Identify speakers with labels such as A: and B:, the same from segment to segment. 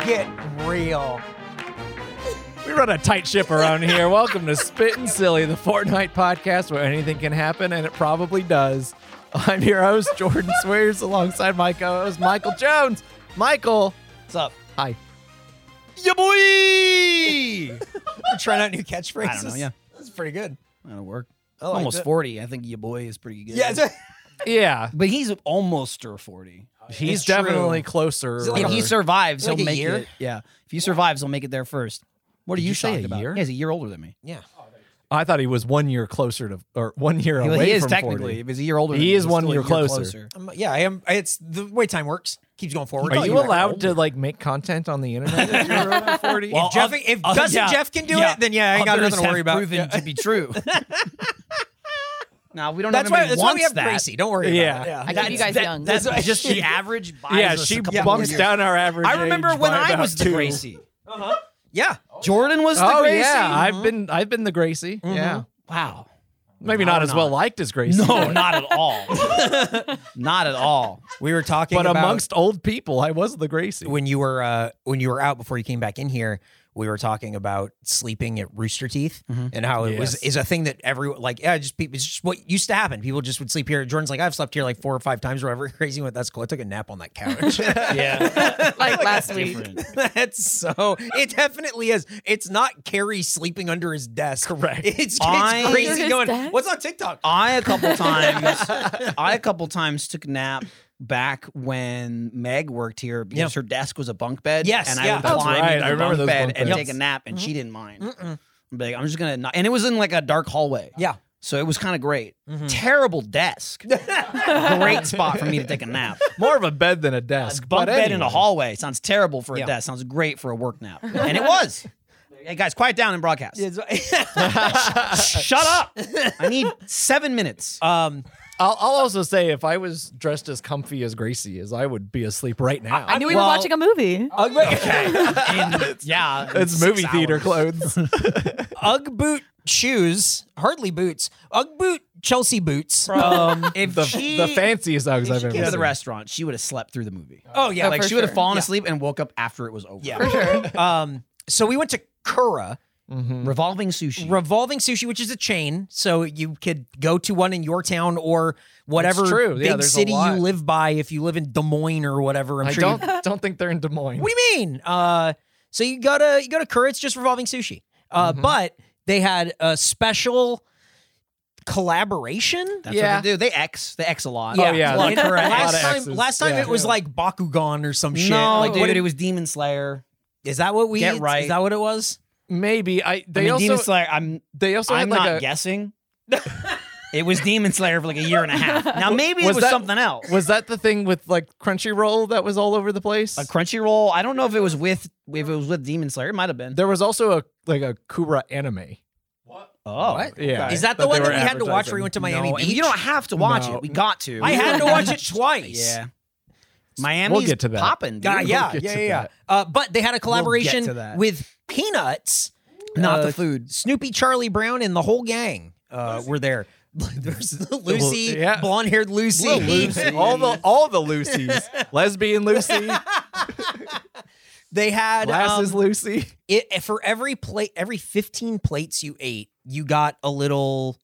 A: Get real.
B: We run a tight ship around here. Welcome to Spittin' Silly, the Fortnite podcast where anything can happen, and it probably does. I'm your host, Jordan Swears, alongside my co host, Michael Jones. Michael,
A: What's up?
B: hi.
C: Yeah, boy. That'll
A: We're trying out new catchphrases.
C: I don't know, yeah.
A: That's pretty good.
C: work.
A: I liked
C: almost
A: it.
C: forty. I think your boy is pretty good.
A: Yeah. it's-
B: Yeah,
C: but he's almost or forty.
B: he's
A: It's true.
B: definitely closer.
A: Is it like
C: If
B: or-
A: a-
C: he survives,
A: Like
C: he'll
A: a
C: make
A: year?
C: it. Yeah, if he survives, he'll make it there first. What are
B: Did
C: you,
B: you say
C: talking
B: a
C: about?
B: year?
C: Yeah, he's a year older than me.
A: yeah.
B: I thought he was one year closer to, or one year
C: He-
B: away
C: he is
B: from
C: technically.
B: 40.
C: If he's a year older,
B: He
C: than me,
B: is
C: he's
B: one
C: still a
B: year closer.
A: I'm- Um, yeah, I am. It's the way time works. Keeps going forward.
B: Are
C: thought you
B: you
C: were
B: allowed
C: older.
B: to like make content on the internet if you're over 40?
A: Well, Jeff-
C: oth-
A: if
B: uh,
C: oth-
A: Cousin Jeff can do it, then yeah, I ain't got
C: Others
A: nothing to
C: have
A: worry about.
C: Proven
A: Yeah.
C: to be true. now we don't.
A: That's
C: know
A: why.
C: anybody
A: That's why
C: wants
A: we have
C: that.
A: Gracie. Don't worry.
B: Yeah.
A: About it. yeah.
D: I keep you guys
C: that-
D: young.
C: That's
A: That's why-
C: just the average. Buys
B: yeah,
C: us
B: she
C: a couple
B: bumps
C: of years.
B: down our average.
C: I remember
B: age
C: when
B: by
C: I
B: about
C: was the
B: two.
C: Gracie.
A: Yeah.
C: Jordan was the
B: Oh
C: Gracie. Mm-hmm.
B: yeah, I've been I've been the Gracie. Yeah,
C: wow.
B: maybe not
C: Now
B: as
C: we're
B: well
C: not.
B: liked as Gracie.
C: No,
B: but-
C: not at all. not at all.
A: We were talking
B: but
A: about
B: amongst old people, I was the Gracie.
A: when you were uh, when you were out before you came back in here. We were talking about sleeping at Rooster Teeth and how it was
B: Yes.
A: is a thing that everyone like yeah just people it's just what used to happen. People just would sleep here. Jordan's like I've slept here like four or five times or whatever. Crazy went that's cool. I took a nap on that couch.
C: Yeah.
D: like last week.
A: That's so. It definitely is. It's not Carrie sleeping under his desk.
B: Correct.
A: It's, it's
C: I-
D: Under
A: crazy
D: his
A: going.
D: desk?
A: What's on TikTok?
C: I a couple times I a couple times took a nap back when Meg worked here because her desk was a bunk bed.
A: Yes,
C: And
A: yeah.
C: I would
A: That's
C: climb
B: right.
C: into the
B: I remember
C: bunk
B: those
C: bed
B: bunk
C: and
B: beds.
C: take a nap and she didn't mind. I'd be like, I'm just gonna not and it was in like a dark hallway.
A: Yeah.
C: So it was kind of great. Terrible desk. great spot for me to take a nap.
B: More of a bed than a
C: A
B: desk. but
C: bunk bed in a
B: anyway.
C: hallway sounds terrible for a
A: Yeah.
C: desk. Sounds great for a work nap. And it was. Hey guys, quiet down and broadcast. Shut up. I need seven minutes.
A: um,
B: I'll, I'll also say if I was dressed as comfy as Gracie is, I would be asleep right now.
D: I knew we
C: Well-
D: were watching a movie.
A: Ugg,
C: In- yeah. in
B: it's movie
C: six
B: theater
C: hours.
B: clothes.
A: Ugg boot shoes, hardly boots. Ugg boot Chelsea boots.
C: Um, if
B: the,
C: she,
B: the fanciest Uggs I've
C: if she
B: ever
C: came to the
B: seen.
C: restaurant, she would have slept through the movie.
A: oh yeah,
C: like
D: for
C: she would have
D: sure.
C: fallen
A: Yeah.
C: asleep and woke up after it was over.
A: yeah. um, so we went to Kura
B: Mhm.
C: Revolving sushi.
A: Revolving Sushi, which is a chain, so you could go to one in your town or whatever
B: That's true. Yeah,
A: big
B: there's a
A: city you
B: lot.
A: live by. If you live in Des Moines or whatever, I'm
B: I
A: sure you-
B: don't don't think they're in Des Moines.
A: What do you mean? Uh, so you go to you go to Kura. It's just revolving sushi. Uh,
C: Mm-hmm.
A: But they had a special collaboration.
C: That's
B: Yeah.
C: what they do. They X. They X a lot.
B: Yeah. Oh, yeah.
C: A lot
A: And
C: of correct.
B: A lot
A: Last
B: of
A: time,
B: X's.
A: last time
B: Yeah.
A: it was like Bakugan or some shit.
C: No,
A: like,
C: dude,
A: what
C: it was Demon Slayer.
A: is that what we
C: Get
A: ate?
C: right.
A: Is that what it was?
B: Maybe I. They
C: I mean, Demon
B: also
C: Slayer. I'm.
B: they also had
C: I'm
B: like
C: not
B: a.
C: guessing. it was Demon Slayer for like a year and a half. Now maybe
B: Was
C: it was
B: that-
C: something else.
B: Was that the thing with like Crunchyroll that was all over the place?
C: a Crunchyroll. I don't know if it was with if it was with Demon Slayer. It might have been.
B: There was also a like a Kura anime.
C: Oh,
A: What?
B: Yeah.
A: Is that
B: That
A: the
B: they
A: one that
B: were
A: we had to watch where we went to Miami
C: No, and
A: Beach?
C: you don't have to watch
B: No.
C: it. We got to.
A: I had to watch it twice.
C: Yeah. Miami's
B: get to that.
C: popping, dude.
A: Uh, yeah,
B: get
A: yeah,
B: to
A: yeah, yeah.
B: that.
A: Uh, but they had a collaboration
C: to that.
A: with Peanuts,
C: Not
A: Uh,
C: the food.
A: Snoopy, Charlie Brown, and the whole gang uh, were there. There's Lucy,
B: yeah.
A: blonde-haired Lucy,
B: Little Lucy. all the all the Lucy's, lesbian Lucy,
A: They had um,
B: glasses Lucy.
A: it, for every plate, every 15 plates you ate, you got a little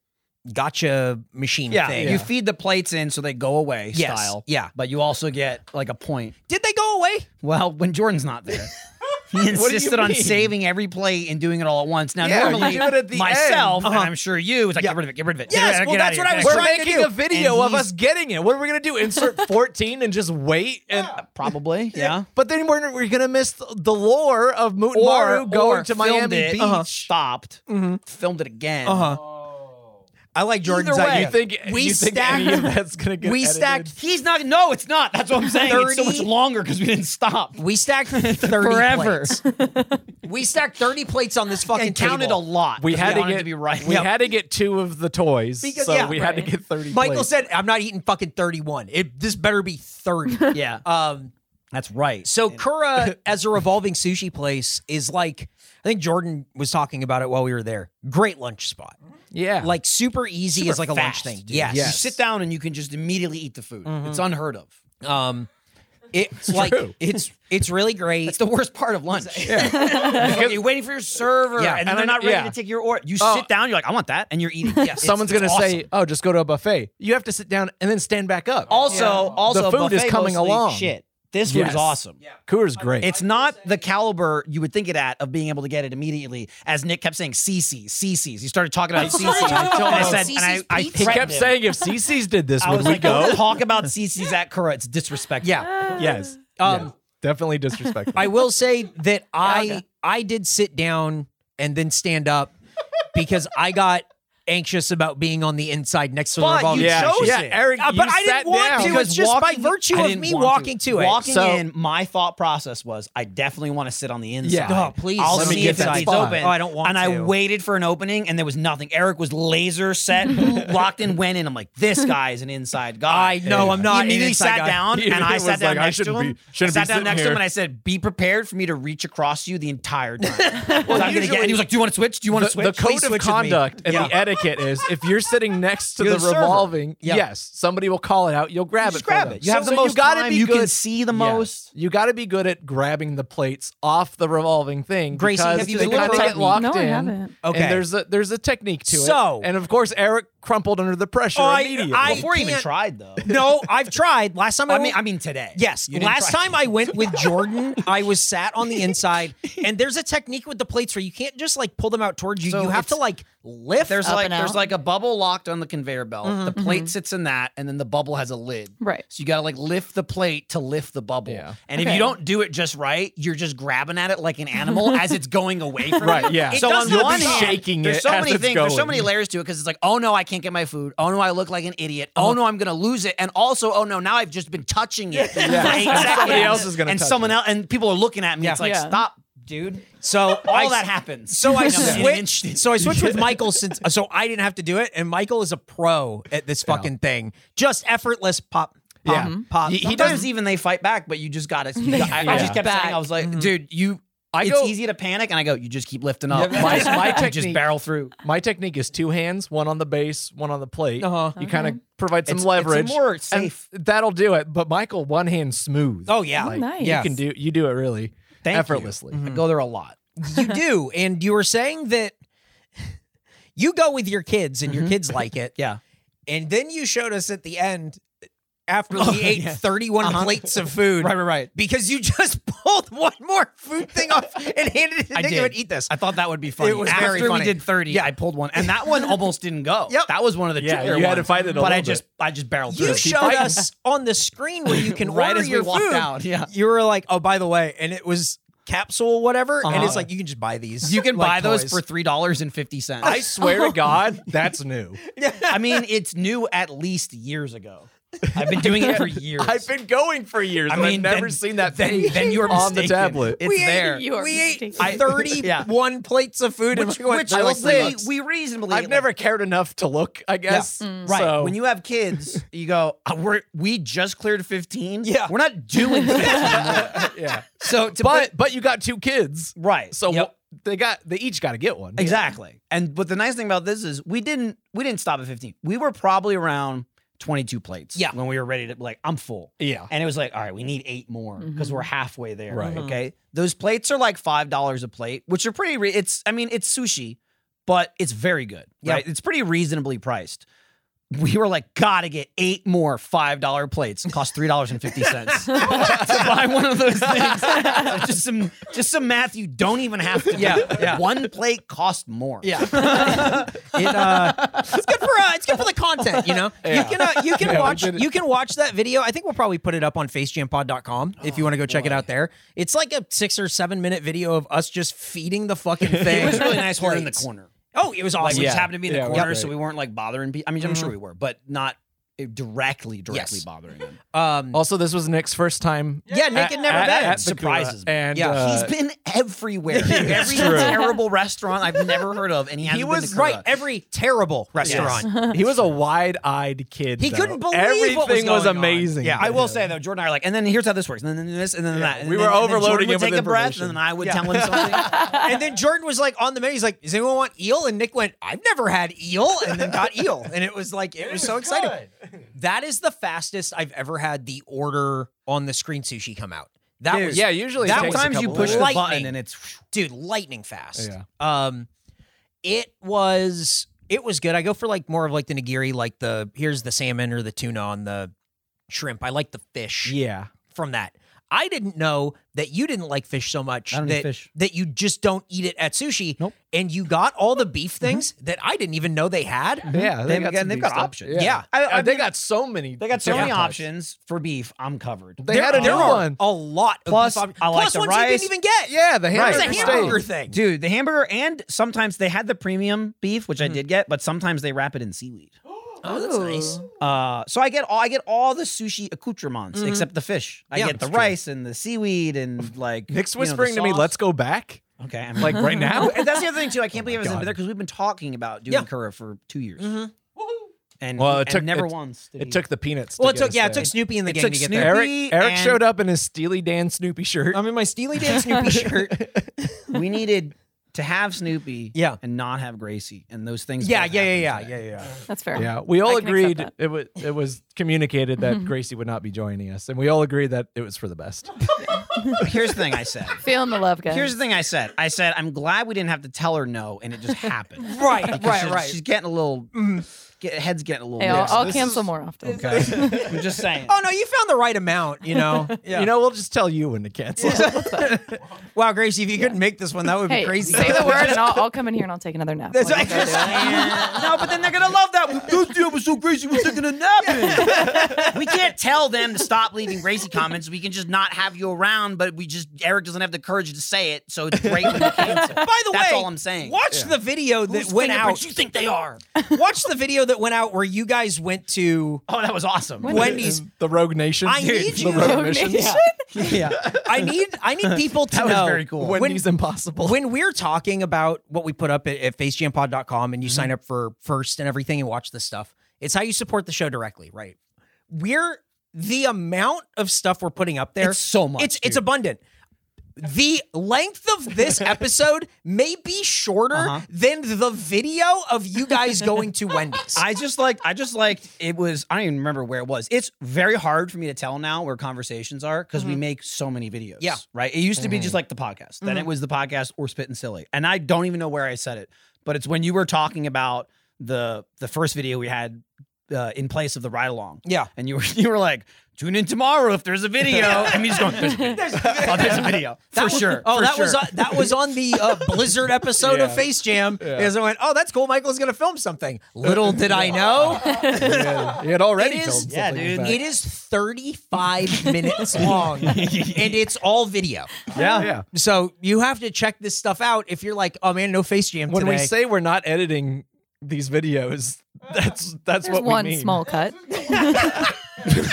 A: gotcha machine
C: Yeah,
A: thing.
C: you feed the plates in so they go away
A: Yes,
C: style.
A: yeah.
C: but you also get like a point.
A: Did they go away?
C: Well, when Jordan's not there, he insisted on
B: mean?
C: saving every plate and doing it all at once. Now,
B: Yeah, you
C: normally,
B: do it at the
C: myself
B: end.
C: and I'm sure you was like, get rid of it, get rid of it. get
A: Uh-huh. Yes,
C: rid of it,
A: well,
C: get out
A: that's
C: of
A: what
C: here,
A: I
C: get
A: was
C: out
B: We're
C: of here."
A: trying to
B: making
A: do.
B: a video
C: And
B: of us getting it. What are we gonna do? Insert fourteen and just wait and.
C: Probably, yeah.
B: But then we're, we're gonna miss the lore of Moot and Maru going
C: or
B: to
C: filmed
B: Miami
C: it,
B: Beach.
C: uh-huh, stopped, filmed it again.
A: Uh-huh.
B: Oh.
A: I like Jordan's
C: Either
A: idea.
C: way,
B: You think
A: We
B: you think
A: stacked-
B: any of that's gonna get
A: we
B: edited?
A: stacked-
C: He's not. No, it's not. That's what I'm saying. It's so
A: 30?
C: much longer because we didn't stop.
A: we stacked 30
C: Forever.
A: plates. we stacked 30 plates on this fucking
C: And counted a
A: table.
C: lot.
B: We
C: 'cause
B: had to
C: wanted
B: get
C: to be right.
B: We
C: Yeah.
B: had to get two of the toys,
A: Because-
B: so
A: yeah,
B: we had to get thirty.
A: Michael
B: plates.
A: said, I'm not eating fucking 31. It, this better be 30.
C: yeah.
A: um,
C: That's right.
A: So Kura as a revolving sushi place is like I think Jordan was talking about it while we were there. Great lunch spot.
B: "Yeah,
A: Like super easy
C: Super
A: as like a lunch
C: fast,
A: thing.
C: dude.
A: Yes.
B: Yes.
C: You sit down and you can just immediately eat the food. It's unheard of.
A: Um It's like
B: true.
A: it's it's really great.
C: It's the worst part of lunch. you're waiting for your server,
A: Yeah,
C: and,
B: and
C: they're
B: I-
C: not ready
B: yeah.
C: to take your order. You
B: Oh.
C: sit down, you're like, I want that, and you're eating. Yes,
B: Someone's
C: it's-
B: gonna
C: it's
B: say, "Oh, just go to a buffet." You have to sit down and then stand back up.
C: Also,
B: The
C: also
B: food is
C: buffet
B: coming
C: mostly
B: along.
C: Shit, this food
B: Yes.
C: is awesome.
B: Coors great.
C: It's not the caliber you would think it at of being able to get it immediately. As Nick kept saying, CC, CC's. He started talking about CC.
D: started talking
C: and I
D: about
C: said, and I,
D: CC's
C: I
D: pizza.
B: he
C: threatened
B: kept
C: him.
B: saying, "If CC's did this,
C: I
B: would
C: was
B: we
C: like, "Oh."
B: go?"
C: don't talk about CC's at Kura. It's disrespectful.
A: yeah.
B: yes.
A: Um,
B: Yes. Definitely disrespectful.
A: I will say that I
D: okay.
A: I did sit down and then stand up because I got anxious about being on the inside next to the
C: But
A: revolving
C: you
A: door.
B: yeah,
C: chose
B: yeah,
C: it.
B: Eric,
A: Uh, but
B: you
A: I didn't
B: sat
A: want
B: down.
A: to.
C: Because
A: It's just by
C: walking-
A: virtue
C: I
A: of
C: didn't
A: me
C: want
A: walking to it.
C: Walking
B: So-
C: in, my thought process was I definitely want to sit on the inside.
B: Yeah. Oh,
A: please,
C: I'll
A: let me
C: see
A: get
C: if
A: that
C: it's
A: spot.
C: open.
A: Oh, I don't want
C: And I
A: to.
C: waited for an opening and there was nothing. Eric was laser set, locked in, went in. I'm like, this guy is an inside guy.
A: I know, I'm not an
C: He immediately
A: inside
C: sat
A: guy.
C: down and I
B: It was
C: sat down
B: like, I
C: next to
B: shouldn't
C: him.
B: be- shouldn't
C: I
B: be
C: sat down
B: sitting
C: next to
B: here.
C: him and I said, be prepared for me to reach across you the entire time. 'Cause I'm gonna get,
B: usually-
C: and he was like, do you want to switch? Do you want
B: the,
C: to switch?
B: the
C: Please
B: code of
C: switch with me."
B: conduct and
A: Yeah.
B: the etiquette is if you're sitting next to
C: You're
B: the,
C: the server.
B: revolving,
A: Yeah.
B: yes, somebody will call it out. You'll grab
C: Just
B: it.
C: grab
B: for them.
C: it. You have the
B: that
C: most
B: gotta
C: time,
B: be
C: you can
B: good-
C: see the
B: Yes.
C: most.
B: You got to be good at grabbing the plates off the revolving thing.
A: Gracie,
B: because
A: have you
B: they
A: looked
B: kinda
A: at
B: get
A: me?
B: locked
D: No, I
B: in.
D: haven't.
A: Okay.
B: And there's a there's a technique to it.
A: So-
B: and of course Eric crumpled under the pressure
A: Oh, I-
B: immediately.
A: I-
C: Before he even
A: can't-
C: tried though.
A: No, I've tried. Last time I,
C: I mean,
A: went-
C: I mean today.
A: Yes.
C: You didn't
A: Last
C: try-
A: time I went with Jordan, I was sat on the inside, and there's a technique with the plates where you can't just like pull them out towards you.
C: So
A: you have to
C: it's-
A: like lift.
C: There's
D: Up
C: like
D: and
C: there's
D: out. Mm-hmm,
C: like a bubble locked on the conveyor belt. The plate sits in that, and then the bubble has a lid.
D: Right.
C: So you gotta like lift the plate to lift the bubble.
B: Yeah.
C: And if
D: Okay.
C: you don't do it just right, you're just grabbing at it like an animal as it's going away from
B: Right,
C: you.
B: yeah.
C: It
B: So
C: does
B: on
C: not
B: one
C: stop.
B: hand- shaking
C: There's
B: it
C: so
B: as
C: many
B: it's
C: things. There's so
B: going.
C: many layers to it because it's like, oh no, I can't get my food. Oh no, I look like an idiot.
B: Uh-huh.
C: Oh no, I'm gonna lose it. And also, oh no, now I've just been touching it for eight
B: And
C: seconds.
B: somebody else is gonna
C: and
B: touch
C: someone
B: it.
C: else and people are looking at me.
A: Yeah.
C: It's like
D: Yeah.
C: stop, dude.
A: so
C: All
A: I,
C: that happens.
A: So I
C: know, in an
A: switched.
C: instant.
A: So I switched with Michael since so I didn't have to do it, and Michael is a pro at this fucking thing. Just effortless pop, pop,
B: Yeah.
A: pop.
B: He-
C: He
B: he
C: Uh, Sometimes even they fight back, but you just got to. I, I just
B: fight
C: kept
D: back.
C: saying, I was like,
A: Mm-hmm.
C: dude, you.
B: I
C: it's
B: go-
C: easy to panic, and I go, you just keep lifting up.
B: Yeah, my-
C: You
B: my
C: just
B: technique-
C: barrel through.
B: My technique is two hands, one on the base, one on the plate.
A: Uh-huh.
B: You kind of provide some
C: It's- it's
B: leverage.
C: more
B: and
C: safe.
B: that'll do it. But Michael, one hand smooth.
A: Oh yeah,
D: Oh, nice.
A: yeah.
B: you can do you do it really
C: Thank you. Mm-hmm.
B: effortlessly.
A: Mm-hmm.
C: I go there a lot.
A: you do. And you were saying that you go with your kids and your kids like it.
C: Mm-hmm. Yeah.
A: And then you showed us at the end after we ate
C: Oh, yeah. Uh-huh.
A: 31 plates of food.
C: Right, right, right.
A: Because you just pulled one more food thing off and handed it to
C: I
A: Nick and
C: did.
A: went, eat this.
C: I thought that would be funny.
A: It was
C: After
A: very funny.
C: we did thirty, yeah, I pulled one, and that one almost didn't go.
A: Yep.
C: that was one of the
B: Yeah,
C: trickier
B: you had to
C: ones,
B: fight it a
C: But I
B: little
C: just, I just barreled through.
A: You
C: it.
A: showed us on the screen where you can
C: Right
A: order
C: as we
A: your
C: walked
A: food.
C: out, yeah.
A: You were like, oh, by the way, and it was capsule whatever, and
C: Uh-huh.
A: it's like you can just buy these.
C: You can
A: like,
C: buy those
A: toys.
C: for three dollars and fifty cents.
B: I swear to God, that's new.
C: I mean, it's new at least years ago. I've been doing it for years.
B: I've been going for years.
C: I
B: and
C: mean,
B: I've never
C: then-
B: seen that
C: then,
B: thing
C: then you're
B: on the
C: mistaken.
B: tablet.
C: It's
A: We ate-
C: there.
D: You are
A: we ate
D: mistaken.
A: 31
C: Yeah.
A: plates of food.
C: Which,
A: and we went,
C: which
A: "They're
C: I will
A: like three
C: say,
A: bucks."
C: we reasonably.
B: I've
C: like,
B: never cared enough to look. I guess
D: Mm.
C: Right.
B: So,
C: When you have kids, you go, "Uh, we're, we just cleared 15.
A: Yeah.
C: We're not doing that.
B: yeah,
C: so, to
B: but but you got two kids,
C: put- right.
B: so
C: Yep.
B: they got they each got to get one.
C: exactly. And, but the nice thing about this is we didn't, we didn't stop at 15. We were probably around 22 plates.
A: Yeah.
C: When we were ready to, like, I'm full.
B: Yeah.
C: And it was like, all right, we need eight more because we're
A: Mm-hmm.
C: halfway there.
B: Right.
A: Uh-huh.
B: Mhm.
C: Okay. Those plates are like five dollars a plate, which are pretty. Re- it's I mean, it's sushi, but it's very good.
A: Yeah.
C: Right. It's pretty reasonably priced. We were like, gotta get eight more five dollar plates. It cost three dollars and fifty cents to buy one of those things. So just some, just some math you don't even have to. do.
A: Yeah, yeah.
C: One plate cost more.
A: Yeah, it, uh, it's good for uh, it's good for the content. You know, you can uh, you can
B: Yeah, we
A: watch
B: did it.
A: you can watch that video. I think we'll probably put it up on FaceJamPod.com if you want to go check it out there. It's like a six or seven minute video of us just feeding the fucking thing.
C: It was really nice. We're in the
A: Plates.
C: corner.
A: Oh, it was
C: Like,
A: awesome.
C: we
B: Yeah.
C: just happened to be in
B: Yeah,
C: the
B: it was
C: corner,
B: great.
C: so we weren't like bothering people. I mean, I'm sure we were, but not uh, directly, directly
A: Yes.
C: bothering them.
A: Um,
B: Also, this was Nick's first time.
A: yeah, Nick had never
B: at-
A: been.
B: at the
C: Surprises
B: Kura,
C: me.
B: and
A: Yeah.
B: uh,
C: He's been everywhere. every terrible restaurant I've never heard of, and he hasn't
A: He
C: been
A: was
C: to
A: right.
C: Korea.
A: Every terrible restaurant.
E: He was a wide-eyed kid.
A: He
E: though.
A: couldn't believe what was
E: everything was,
A: going on.
E: amazing.
C: Yeah, I
E: to
C: will
E: him.
C: say though, Jordan and I are like, and then here's how this works, and then this, and then that. And
E: we
C: then-
E: were
C: and then
E: overloading
C: Jordan would
E: him
C: take
E: with
C: a breath,
E: information.
C: and then I would tell him something.
A: and then Jordan was like on the menu. He's like, "Does anyone want eel?" And Nick went, "I've never had eel," and then got eel, and it was like it was so exciting. That is the fastest I've ever had the order on the screen sushi come out. That
E: Dude,
A: was
E: yeah, usually it
A: that
E: takes a
A: was-
C: Sometimes you
E: couple
C: push the
A: Lightning.
C: button, and it's
A: dude, lightning fast. Um, it was it was good. I go for like more of like the nigiri, like the here's the salmon or the tuna on the shrimp. I like the fish
E: Yeah.
A: from that. I didn't know that you didn't like fish so much
C: I don't eat
A: that
C: fish.
A: that you just don't eat it at sushi.
E: Nope.
A: And you got all the beef
C: Mm-hmm.
A: things that I didn't even know they had.
E: Yeah,
C: They've got-
E: some
C: they've
E: beef
C: got
E: stuff.
C: options.
E: Yeah,
A: Yeah.
C: I- I
E: they
C: mean,
E: got so many.
C: they got so
E: different
C: many
E: types.
C: options for beef. I'm covered.
E: They
A: There,
E: had a
A: there
E: new
A: are
E: one.
A: a lot. Of
C: Plus,
A: beef op-
C: I like
A: plus
C: the
A: ones you
C: rice.
A: didn't even get.
E: Yeah, the
A: It's
E: hamburger,
A: a
C: Right.
A: hamburger
E: steak.
A: thing.
C: Dude, the hamburger and sometimes they had the premium beef, which I did get, but sometimes they wrap it in seaweed.
A: Oh, that's nice.
C: Uh, so I get all I get all the sushi accoutrements except the fish. I
A: Yeah,
C: get the
A: that's true.
C: rice and the seaweed and like
E: Nick's
C: you know, the
E: whispering to me,
C: sauce.
E: "Let's go back."
C: Okay, I'm
E: Like right now.
C: and that's the other thing too. I can't believe I was in
E: God.
C: there because we've been talking about doing
A: Yeah.
C: Kura for two years, and
E: Well, it
C: and
E: took-
C: never
E: it-
C: once. Did he-
E: It took the peanuts. to
A: Well, it
E: get
A: took
E: us
A: yeah, it
E: there.
A: took Snoopy and the
C: It
A: gang
C: took
A: to get
C: Snoopy
A: there.
E: Eric Eric
C: and-
E: showed up in his Steely Dan Snoopy shirt.
A: I'm in my Steely Dan Snoopy shirt.
C: we needed to have Snoopy,
A: Yeah.
C: and not have Gracie, and those things.
A: Yeah,
C: both
A: yeah,
C: happened
A: yeah, yeah,
C: today.
A: yeah, yeah.
D: That's fair.
E: yeah, we all
D: I can accept
E: agreed
D: that.
E: it was it was communicated that Gracie would not be joining us, and we all agreed that it was for the best.
C: Here's the thing I said.
D: Feeling the love, guys.
C: Here's the thing I said. I said I'm glad we didn't have to tell her no, and it just happened.
A: Right,
C: Because
A: right,
C: she's,
A: right.
C: She's getting a little. Get, head's getting a little.
D: Hey, I'll,
C: mixed.
D: I'll
C: This
D: cancel more often.
C: is- Okay. I'm just saying.
A: oh no, you found the right amount. You know.
E: You know, we'll just tell you when to cancel.
A: Wow, Gracie, if you couldn't make this one, that would be
D: Hey,
A: crazy.
D: say the word, and I'll, I'll come in here and I'll take another nap.
A: That's
D: Like,
A: right.
D: I'll go do it.
C: no, but then they're gonna love that. Those two was so crazy. We're taking a nap. we can't tell them to stop leaving Gracie comments. We can just not have you around. But we just Eric doesn't have the courage to say it, so it's great when you cancel.
A: By the
C: that's
A: way,
C: all I'm saying.
A: Watch the video that
C: Whose
A: went
C: fingerprints
A: out.
C: You think they are?
A: watch the video that went out where you guys went to
C: Oh, that was awesome.
A: Wendy's.
E: the Rogue Nation.
A: I need
E: the
A: you.
E: Rogue
D: Rogue
E: Mission.
D: Nation.
C: yeah,
A: I need I need people to
C: that was
A: know
C: very cool.
E: Wendy's impossible.
A: when we're talking about what we put up at, at facejampod.com and you
C: Mm-hmm.
A: sign up for first and everything and watch this stuff, it's how you support the show directly, right? We're the amount of stuff we're putting up there.
C: It's so much,
A: It's it's
C: dude.
A: abundant. The length of this episode may be shorter
C: Uh-huh.
A: than the video of you guys going to Wendy's.
C: I just liked. I just liked. It was. I don't even remember where it was. It's very hard for me to tell now where conversations are because we make so many videos.
A: Yeah.
C: Right. It used to be just like the podcast. Then it was the podcast or spit and silly. And I don't even know where I said it, but it's when you were talking about the the first video we had uh, in place of the ride along.
A: yeah.
C: And you were you were like, tune in tomorrow if there's a video. And me just going, there's a video. oh, there's a video for sure.
A: Oh,
C: for
A: that
C: sure.
A: was uh, that was on the uh, Blizzard episode of
E: Yeah.
A: Face Jam. Because I went, oh, that's cool. Michael's going to film something. Little did I know.
E: he, had, he had already
A: It is-
E: told
C: yeah,
E: something
C: dude.
E: back.
A: It is 35 minutes long and it's all video.
E: yeah, yeah.
A: So you have to check this stuff out if you're like, oh man, no face jam
E: When
A: today.
E: we say we're not editing these videos, that's that's
D: There's
E: what we
D: one
E: mean.
D: small cut.
E: It's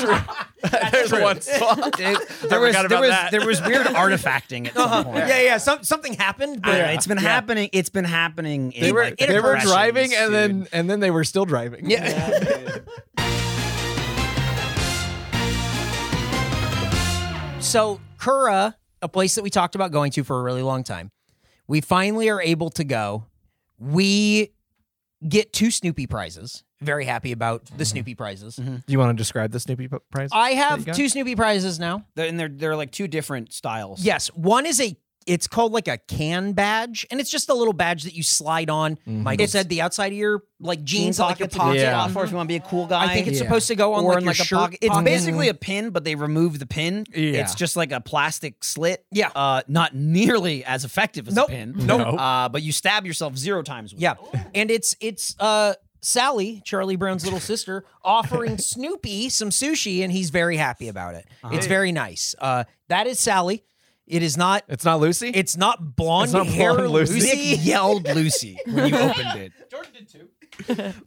E: true. There's one small.
C: there was,
E: forgot
C: there
E: about
C: was,
E: that.
C: there was weird artifacting at some point.
A: yeah, yeah, some, something happened, but
C: Yeah, It's been happening. It's been happening.
E: They
C: in,
E: were
C: like,
E: they were
C: progressions,
E: driving and
C: dude.
E: then and then they were still driving.
A: Yeah. So Kura, a place that we talked about going to for a really long time, we finally are able to go. We get two Snoopy prizes. Very happy about the Snoopy prizes.
B: Mm-hmm.
E: Do you want to describe the Snoopy p- prize?
A: I
E: you
A: have
E: got?
A: two Snoopy prizes now.
C: They're, and they're they're like two different styles.
A: Yes, one is a. It's called like a can badge, and it's just a little badge that you slide on. Michael said the outside of your like jeans,
C: jeans
A: like
C: pocket
A: your
C: to get
A: pocket.
E: Yeah.
C: off, or if you want to be a cool guy.
A: I think it's
E: Yeah.
A: supposed to go on
C: or
A: like,
C: in
A: your
C: like a
A: shirt
C: pocket. It's
A: pocket.
C: basically a pin, but they remove the pin.
E: Yeah.
C: It's just like a plastic slit.
A: Yeah.
C: Uh, not nearly as effective as
A: Nope.
C: a pin.
E: Nope.
C: Uh, but you stab yourself zero times. With
A: Yeah,
C: It.
A: and it's it's uh Sally, Charlie Brown's little sister, offering Snoopy some sushi, and he's very happy about it.
C: Uh-huh.
A: It's very nice. Uh, that is Sally. It is not.
E: it's not Lucy.
A: It's not blonde
E: It's not
A: hair,
E: blonde Lucy.
A: Lucy.
C: Nick yelled Lucy when you opened it.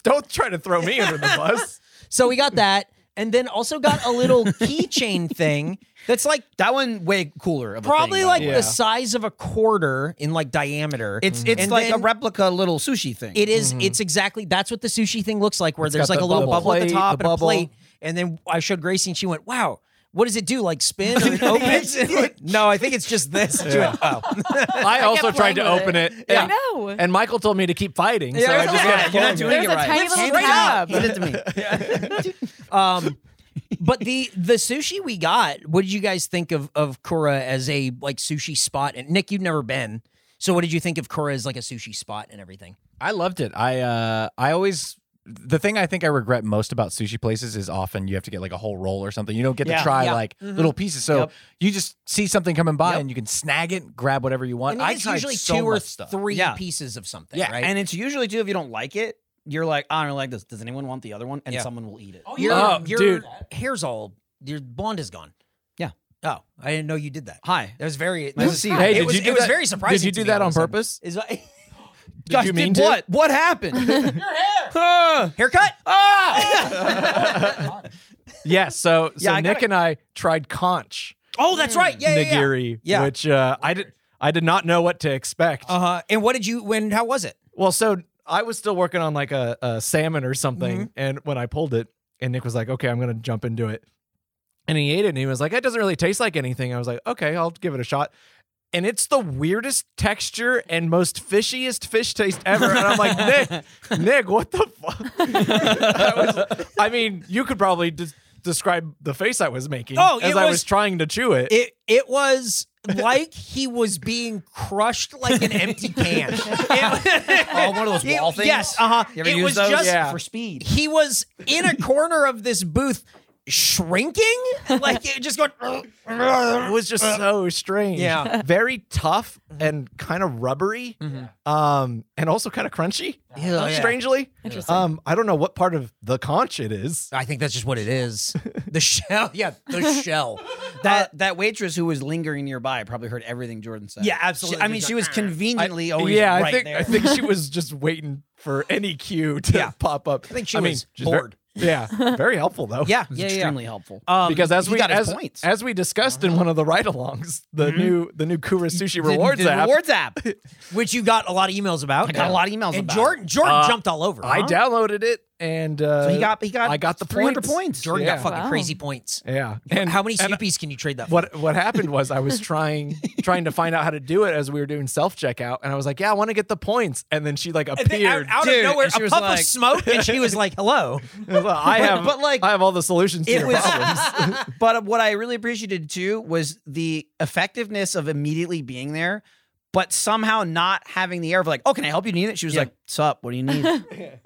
E: Don't try to throw me under the bus.
A: So we got that. and then also got a little keychain thing that's like
C: That one way cooler. Of a thing,
A: probably
C: though.
A: like
E: Yeah.
A: the size of a quarter in like diameter.
C: it's it's
A: And
C: like a
A: then-
C: replica little sushi thing.
A: It is- It's exactly. That's what the sushi thing looks like, where there's
E: Mm-hmm.
A: like
E: got the
A: a little
E: bubble.
A: bubble at
E: Plate,
A: the
E: the
A: top and a
E: bubble.
A: plate. And then I showed Gracie, and she went, "Wow, what does it do? Like spin or it opens?" And I'm like, no, I think it's just this. She went, "Oh,
E: I also tried to
D: playing with
E: open it.
D: it.
E: and-
D: I know.
E: And Michael told me to keep fighting. so
A: Yeah,
E: I just
A: yeah,
E: kept
C: you're not
E: pulling
C: doing
E: it.
D: There's
C: it
D: a
C: right.
D: tiny
A: Hand
D: little
A: it
D: tab.
C: Hand it to me.
A: Um, but the the sushi we got, what did you guys think of of Kura as a like sushi spot? And Nick, you've never been, so what did you think of Kura as like a sushi spot and everything?
E: I loved it. I uh I always the thing I think I regret most about sushi places is often you have to get like a whole roll or something. You don't get
C: Yeah.
E: to try
A: Yeah. Mm-hmm.
E: like little pieces. So
C: Yep.
E: you just see something coming by
C: Yep.
E: and you can snag it, grab whatever you want.
A: And
E: I
A: it's
E: tried
A: usually
E: so
A: two or
E: much stuff.
A: three
C: Yeah.
A: pieces of something,
C: Yeah,
A: right?
C: and it's usually too if you don't like it, you're like, I don't like this. Does anyone want the other one? And
A: Yeah.
C: someone will eat it.
A: your
E: Oh,
A: your
E: dude.
A: hair's all your blonde is gone.
C: Yeah.
A: Oh, I didn't know you did that.
C: Hi,
A: That was very.
C: Nice
A: that
C: to
A: was,
C: see you.
E: Hey,
A: it
E: did
A: was,
E: you do
A: it was
E: that-
A: very surprising.
E: Did you
A: to
E: do
A: me
E: that
A: all
E: on
A: of a sudden.
E: purpose?
A: Is I-
C: did
E: you mean to?
C: what? What happened?
A: haircut? Ah!
E: Yeah, so so
C: Yeah, I
E: Nick
C: gotta-
E: and I tried conch
A: Oh, that's right. Yeah, yeah, yeah.
E: nigiri,
A: Yeah.
E: which uh, I did I did not know what to expect.
A: Uh huh. And what did you? When? How was it?
E: Well, so I was still working on like a, a salmon or something,
A: Mm-hmm.
E: and when I pulled it, and Nick was like, "Okay, I'm gonna jump into it," and he ate it, and he was like, "It doesn't really taste like anything." I was like, "Okay, I'll give it a shot." And it's the weirdest texture and most fishiest fish taste ever. And I'm like, Nick, Nick, what the fuck? I, was- I mean, you could probably des- describe the face I was making
A: Oh,
E: as
A: it
E: I
A: was-
E: was trying to chew it.
A: It it was like he was being crushed like an empty can. It-
C: oh, one of those
A: it-
C: wall things.
A: Yes, uh huh.
C: You ever
A: It
C: use
A: was
C: those?
A: just
E: Yeah.
C: for speed?
A: he was in a corner of this booth shrinking, like it just going.
E: It was just
C: Uh,
E: so strange.
A: Yeah.
E: Very tough and kind of rubbery. Um, and also kind of crunchy.
A: Yeah.
E: Strangely.
D: Interesting.
E: Um, I don't know what part of the conch it is.
A: I think that's just what it is. The shell, yeah, the shell.
C: That that waitress who was lingering nearby probably heard everything Jordan said.
A: Yeah,
C: She-
A: absolutely.
C: I mean, she was conveniently always
E: yeah,
C: Oh, right
E: I think
C: there.
E: I think she was just waiting for any cue to
A: Yeah.
E: pop up. I
A: think she was
E: she's ver-
A: bored.
E: yeah. Very helpful though.
A: Yeah,
C: it was
A: yeah, yeah.
C: extremely helpful.
A: Um,
E: Because as
C: he
E: we
C: got his
E: as,
C: points.
E: as we discussed in one of the ride-alongs, the
C: Mm-hmm.
E: new the new Kura Sushi
C: The-
E: Rewards
C: the
E: app,
C: Rewards app.
A: which you got a lot of emails about.
C: I got a lot of emails
A: And
C: about
A: Jordan, Jordan
E: Uh,
A: jumped all over.
E: I
A: huh?
E: downloaded it and uh,
C: So he got he got
E: I got the
C: 300
E: points.
C: points.
A: Jordan
E: Yeah.
A: got fucking
D: Wow.
A: crazy points.
E: yeah. And
A: how many
E: and-
A: snoopies can you trade that? for?
E: what what happened was I was trying trying to find out how to do it as we were doing self checkout, and I was like, "Yeah, I want to get the points." And then she like
A: And then out,
E: appeared.
A: out
C: Dude,
A: of nowhere,
C: and she
A: a
C: was
A: puff
C: like-
A: of smoke, and she was like, "Hello."
E: I, have,
C: but, like,
E: I have all the solutions to
C: It
E: your
C: was,
E: problems.
C: but what I really appreciated too was the effectiveness of immediately being there, but somehow not having the air of like, "Oh, can I help you? Do you Need it?" She was
A: Yeah.
C: like, "Sup? What do you need?"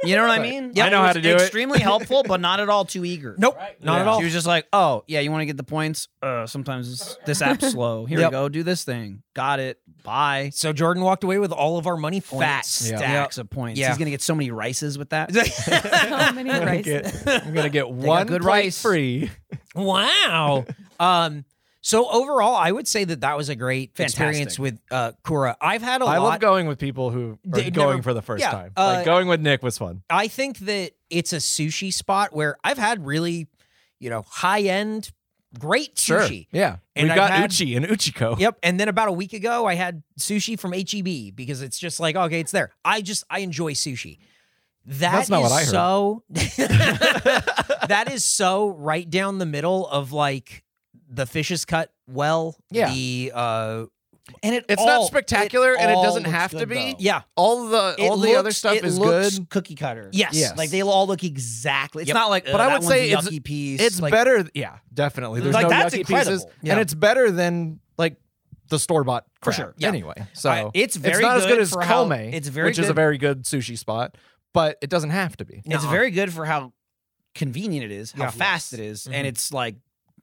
C: You know what I mean?
E: Yeah, I know how
C: was
E: to do it.
C: Extremely helpful, but not at all too eager.
A: Nope, not
E: Yeah.
A: at all.
C: She was just like, "Oh, yeah, you want to get the points? Uh, sometimes this, this app's slow. Here
A: Yep.
C: we go. Do this thing. Got it. Bye."
A: So Jordan walked away with all of our money
C: Fat
A: points.
E: Yeah.
C: stacks of points.
A: Yeah.
C: He's gonna get so many rices with that.
D: so many
E: I'm gonna
D: rices.
E: get, I'm gonna get one
C: good
E: plate
C: rice.
E: free.
A: Wow. um. So overall, I would say that that was a great
C: Fantastic.
A: experience with uh, Kura. I've had a
E: I
A: lot.
E: love going with people who are
A: They'd
E: going
A: never-
E: for the first
A: yeah,
E: time.
A: uh,
E: like going with Nick was fun.
A: I think that it's a sushi spot where I've had really, you know, high end, great sushi.
E: Yeah.
A: And
E: we
A: I've
E: got
A: had-
E: Uchi and Uchiko.
A: Yep. And then about a week ago, I had sushi from HEB because it's just like, okay, it's there. I just, I enjoy sushi. That
E: That's
A: is
E: not what I heard.
A: so, that is so right down the middle of like the fish is cut well.
E: Yeah.
A: The, uh,
C: and it
E: It's
C: all-
E: not spectacular and it
C: all
E: doesn't
C: looks
E: have to
C: good,
E: be.
C: though.
A: yeah.
E: All the
C: It
E: all the other
C: looks-
E: stuff
C: it
E: is
C: looks
E: good.
C: Cookie cutter.
A: Yes.
E: Yes.
C: Like they all look exactly. It's
A: Yep.
C: not like.
E: But I would say it's-
C: it's piece.
E: It's
C: like,
E: better. Yeah, definitely. There's
C: Like,
E: no
C: that's
E: yucky
C: incredible.
E: pieces,
A: Yeah.
E: and it's better than like the store bought for
C: sure.
A: Yeah.
E: Anyway, so
A: I-
C: it's very
E: not as good
C: good
E: as
C: for how-
E: Kome.
C: it's very
E: which is a
C: good-
E: very good sushi spot, but it doesn't have to be.
C: It's
A: Nuh-uh.
C: very good for how convenient it is, how
A: Yeah.
C: fast it is, and it's like